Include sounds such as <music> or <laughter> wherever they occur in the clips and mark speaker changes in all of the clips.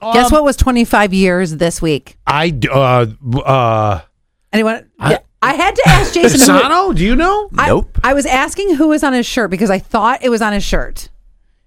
Speaker 1: Guess what was 25 years this week?
Speaker 2: I d- uh uh
Speaker 1: Anyone? I, I had to ask Jason. who-
Speaker 2: Sano, do you know?
Speaker 1: I,
Speaker 3: Nope.
Speaker 1: I was asking who was on his shirt because I thought it was on his shirt.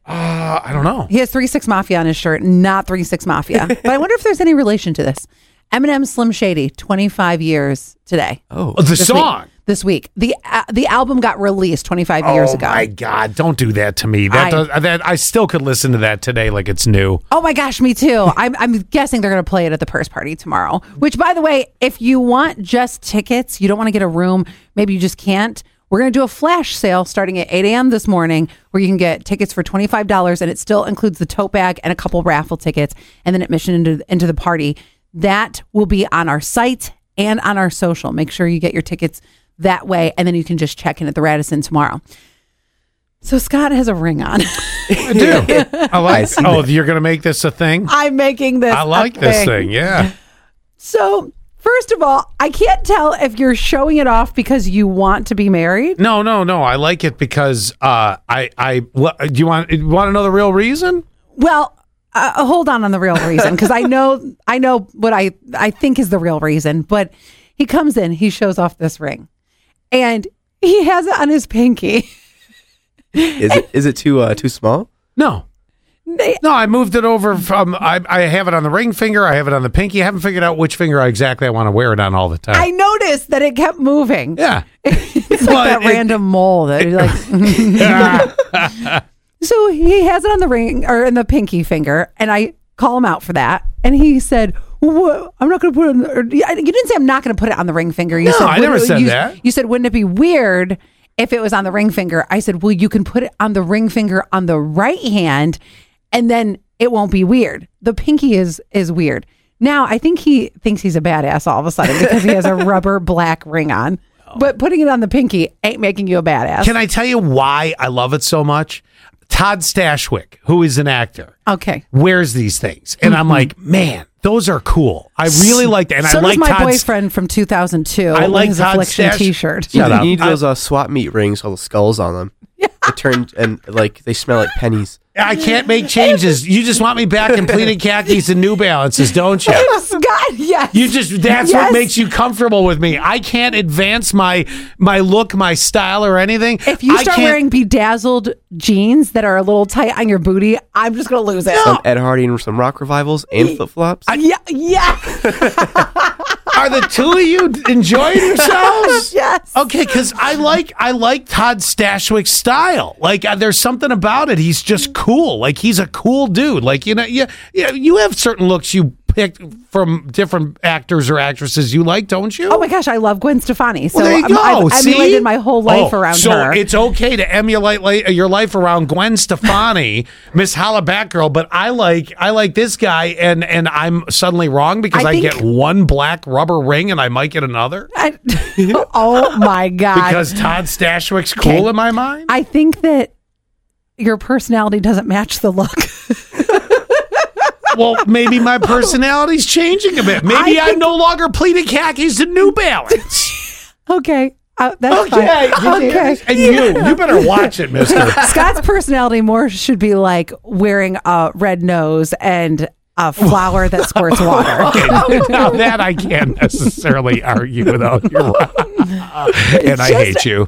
Speaker 2: Uh, I don't know.
Speaker 1: He has three six mafia on his shirt, not three six
Speaker 2: <laughs>
Speaker 1: mafia. but I wonder if there's any relation to this. Eminem Slim Shady, 25 years today.
Speaker 2: Oh, the
Speaker 1: this week-
Speaker 2: song.
Speaker 1: this week. The uh, the album got released 25 years
Speaker 2: oh
Speaker 1: ago.
Speaker 2: my god, don't do that to me. That
Speaker 1: I-
Speaker 2: does, uh, that I still could listen to that today like it's new.
Speaker 1: Oh my gosh, me <laughs> too. I'm, I'm guessing they're going to play it at the purse party tomorrow. Which, by the way, if you want just tickets, you don't want to get a room, maybe you just can't. We're going to do a flash sale starting at 8 a.m. this morning where you can get tickets for $25 and it still includes the tote bag and a couple raffle tickets and then admission into, into the party. That will be on our site and on our social. Make sure you get your tickets that way and then you can just check in at the Radisson tomorrow. So Scott has a ring on.
Speaker 2: I <laughs> do. I like.
Speaker 3: see
Speaker 2: oh, you're going to make this a thing?
Speaker 1: I'm making this.
Speaker 2: I
Speaker 1: a
Speaker 2: like this thing. Yeah.
Speaker 1: So, first of all, I can't tell if you're showing it off because you want to be married.
Speaker 2: No, no, no. I like it because uh I I what, do you want you want to know the real reason?
Speaker 1: Well, uh, hold on on the real reason because I know I know what I I think is the real reason. But he comes in, he shows off this ring, and he has it on his pinky. <laughs>
Speaker 3: Is it is it too uh, too small?
Speaker 2: No.
Speaker 1: They-
Speaker 2: No, I moved it over from I I have it on the ring finger, I have it on the pinky. I haven't figured out which finger I exactly I want to wear it on all the time.
Speaker 1: I noticed that it kept moving. <laughs>
Speaker 2: yeah.
Speaker 1: It's like that random mole that you're like. So he has it on the ring or in the pinky finger, and I call him out for that. And he said, "Wha- "I'm not going to put it." On the, or, I- you didn't say I'm not going to put it on the ring finger. You
Speaker 2: No,
Speaker 1: said,
Speaker 2: I
Speaker 1: "Would-
Speaker 2: never said
Speaker 1: you-
Speaker 2: that."
Speaker 1: You said, "Wouldn't it be weird if it was on the ring finger?" I said, "Well, you can put it on the ring finger on the right hand, and then it won't be weird. The pinky is is weird." Now I think he thinks he's a badass all of a sudden because he has
Speaker 2: <laughs>
Speaker 1: a rubber black ring on. But putting it on the pinky ain't making you a badass.
Speaker 2: Can I tell you why I love it so much? Todd Stashwick, who is an actor,
Speaker 1: okay.
Speaker 2: wears these things. And I'm like, man, those are cool. I really like that. And
Speaker 1: Mm-hmm. so
Speaker 2: I like
Speaker 1: does my
Speaker 2: Todd
Speaker 1: boyfriend from 2002.
Speaker 2: I
Speaker 1: with
Speaker 2: like
Speaker 1: his
Speaker 2: Todd
Speaker 1: affliction
Speaker 2: Stash-
Speaker 1: T-shirt. <laughs>
Speaker 2: Shut
Speaker 3: you,
Speaker 2: up.
Speaker 3: You need
Speaker 2: I-
Speaker 3: those uh, swap meet rings with all the skulls on them. It turned and like they smell like pennies.
Speaker 2: I can't make changes. You just want me back in pleated khakis and New Balances, don't you?
Speaker 1: Oh God, yes.
Speaker 2: You just that's
Speaker 1: Yes.
Speaker 2: what makes you comfortable with me. I can't advance my my look, my style or anything.
Speaker 1: if you
Speaker 2: I
Speaker 1: start
Speaker 2: can't-
Speaker 1: wearing bedazzled jeans that are a little tight on your booty, I'm just gonna lose it.
Speaker 3: Some Ed Hardy and some rock revivals and flip flops.
Speaker 1: Yeah, yes,
Speaker 2: Are the two of you enjoying
Speaker 1: <laughs>
Speaker 2: yourselves?
Speaker 1: yes.
Speaker 2: Okay, because I like I like Todd Stashwick's style. Like, uh, there's something about it. He's just cool. Like, he's a cool dude. Like, you know, yeah, yeah. You have certain looks you picked from different actors or actresses you like, don't you?
Speaker 1: Oh my gosh, I love Gwen Stefani. So
Speaker 2: Well, there you
Speaker 1: I'm-
Speaker 2: go.
Speaker 1: I've
Speaker 2: see?
Speaker 1: emulated my whole life
Speaker 2: Oh,
Speaker 1: around
Speaker 2: so
Speaker 1: her. <laughs>
Speaker 2: it's okay to emulate la- your life around Gwen Stefani, <laughs> Miss Holla Batgirl, but I like I like this guy, and and I'm suddenly wrong because
Speaker 1: I
Speaker 2: I,
Speaker 1: think-
Speaker 2: get one black rubber ring and I might get another
Speaker 1: I- oh
Speaker 2: <laughs>
Speaker 1: my god.
Speaker 2: because Todd Stashwick's cool
Speaker 1: Okay.
Speaker 2: in my mind.
Speaker 1: I think that your personality doesn't match the look. <laughs>
Speaker 2: well, maybe my personality's changing a bit. Maybe
Speaker 1: I
Speaker 2: I'm no longer pleated khakis to New Balance.
Speaker 1: okay, uh, that's fine. <laughs> Okay,
Speaker 2: and you you better watch it, Mister.
Speaker 1: <laughs> Scott's personality more should be like wearing a red nose and a flower that squirts water.
Speaker 2: <laughs> now that <laughs> I can't necessarily argue without you, and I hate you.